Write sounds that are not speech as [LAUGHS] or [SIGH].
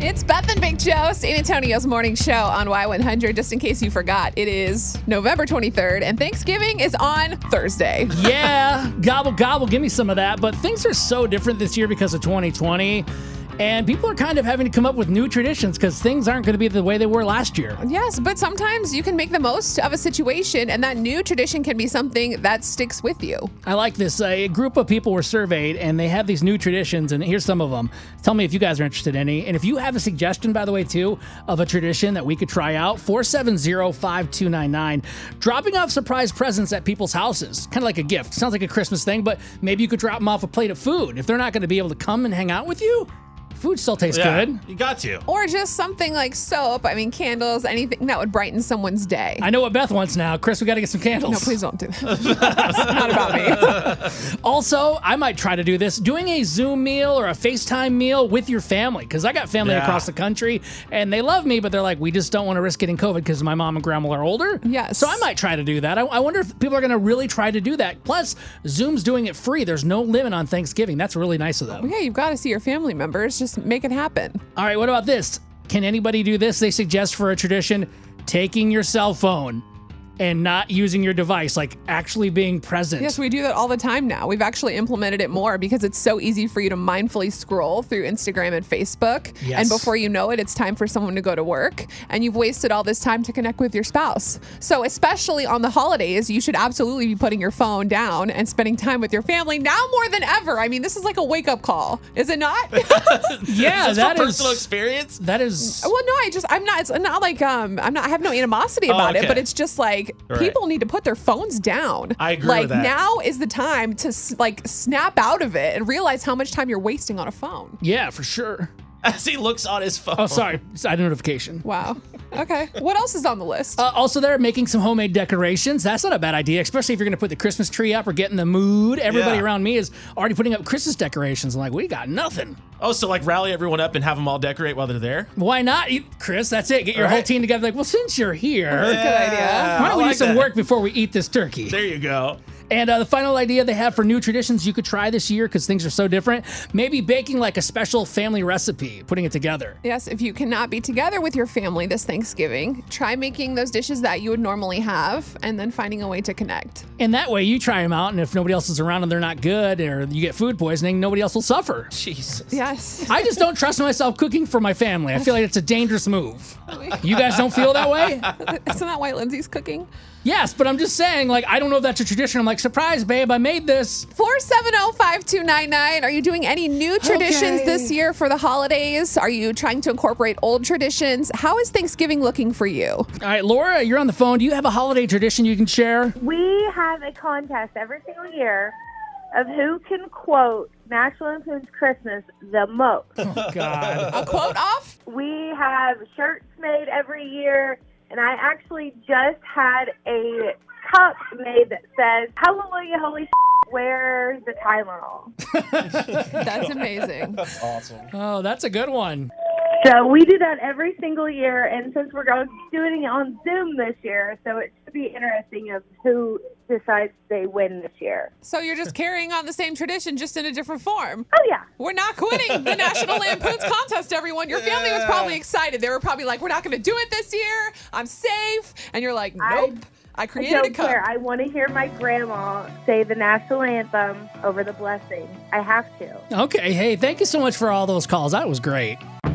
It's Beth and Big Joe, San Antonio's morning show on Y100. Just in case you forgot, it is November 23rd, and Thanksgiving is on Thursday. yeah, gobble gobble, give me some of that. But things are so different this year because of 2020. And people are kind of having to come up with new traditions because things aren't going to be the way they were last year. Yes, but sometimes you can make the most of a situation, and that new tradition can be something that sticks with you. I like this. Uh, A group of people were surveyed and they have these new traditions, and here's some of them. Tell me if you guys are interested in any. And if you have a suggestion, by the way, too, of a tradition that we could try out, 470 5299. Dropping off surprise presents at people's houses, kind of like a gift. Sounds like a Christmas thing, but maybe you could drop them off a plate of food. If they're not going to be able to come and hang out with you, food still tastes Yeah, good. You got to. Or just something like soap, I mean, candles, anything that would brighten someone's day. I know what Beth wants now. Chris, we got to get some candles. no, please don't do that. [LAUGHS] It's not about me. Also, I might try to do this doing a Zoom meal or a FaceTime meal with your family because I got family Yeah. across the country and they love me, but they're like, we just don't want to risk getting COVID because my mom and grandma are older. Yes. So I might try to do that. I, I wonder if people are going to really try to do that. Plus, Zoom's doing it free. There's no limit on Thanksgiving. That's really nice of them. Yeah, you've got to see your family members. Just make it happen. All right, what about this? Can anybody do this? They suggest for a tradition taking your cell phone and not using your device, like actually being present. Yes, we do that all the time now. We've actually implemented it more because it's so easy for you to mindfully scroll through Instagram and Facebook. Yes. And before you know it, it's time for someone to go to work. And you've wasted all this time to connect with your spouse. So, especially on the holidays, you should absolutely be putting your phone down and spending time with your family now more than ever. I mean, this is like a wake up call, is it not? [LAUGHS] yeah, Is this that from is personal experience. that is Well, no, I just I'm not. It's not like um I'm not. I have no animosity Oh, about it, okay. but it's just like Right. people need to put their phones down. I agree Like with that. now is the time to s- like snap out of it and realize how much time you're wasting on a phone. yeah for sure. [LAUGHS] As he looks on his phone. Oh, sorry. I had a notification. Wow. Okay. what else is on the list? Uh, also, they're making some homemade decorations. That's not a bad idea, especially if you're going to put the Christmas tree up or get in the mood. Everybody Yeah. around me is already putting up Christmas decorations. I'm like, we got nothing. Oh, so like rally everyone up and have them all decorate while they're there. Why not, You- Chris? That's it. Get your whole Right. team together. Like, well, since you're here, Good idea. Yeah, why don't I we like do some that. work before we eat this turkey? There you go. And uh, the final idea they have for new traditions you could try this year because things are so different. Maybe baking like a special family recipe, putting it together. Yes, if you cannot be together with your family this Thanksgiving, try making those dishes that you would normally have and then finding a way to connect. And that way you try them out, and if nobody else is around and they're not good or you get food poisoning, nobody else will suffer. Jesus. [LAUGHS] Yes. [LAUGHS] I just don't trust myself cooking for my family. I feel like it's a dangerous move. You guys don't feel that way? Isn't that why Lindsay's cooking? Yes, but I'm just saying, like, I don't know if that's a tradition. I'm like, surprise, babe, I made this. 470-5299. Are you doing any new traditions this year for the holidays? Are you trying to incorporate old traditions? How is Thanksgiving looking for you? All right, Laura, you're on the phone. Do you have a holiday tradition you can share? We have a contest every single year of who can quote National Lampoon's Christmas the most. God. A quote off? we have shirts made every year, and I actually just had a cup made that says "Hallelujah, Holy." Sh- Where's the Tylenol? That's amazing. Oh, that's a good one. So we do that every single year, and since we're going doing it on Zoom this year, so it should be interesting of who decides they win this year. [LAUGHS] So you're just carrying on the same tradition just in a different form. Oh yeah, We're not quitting the National Lampoon's contest, everyone. Your family was probably excited. They were probably like, "We're not going to do it this year. I'm safe." And you're like, I- "Nope. I I created a don't cup." care. I want to hear my grandma say the national anthem over the blessing. I have to. Okay, hey, thank you so much for all those calls. That was great.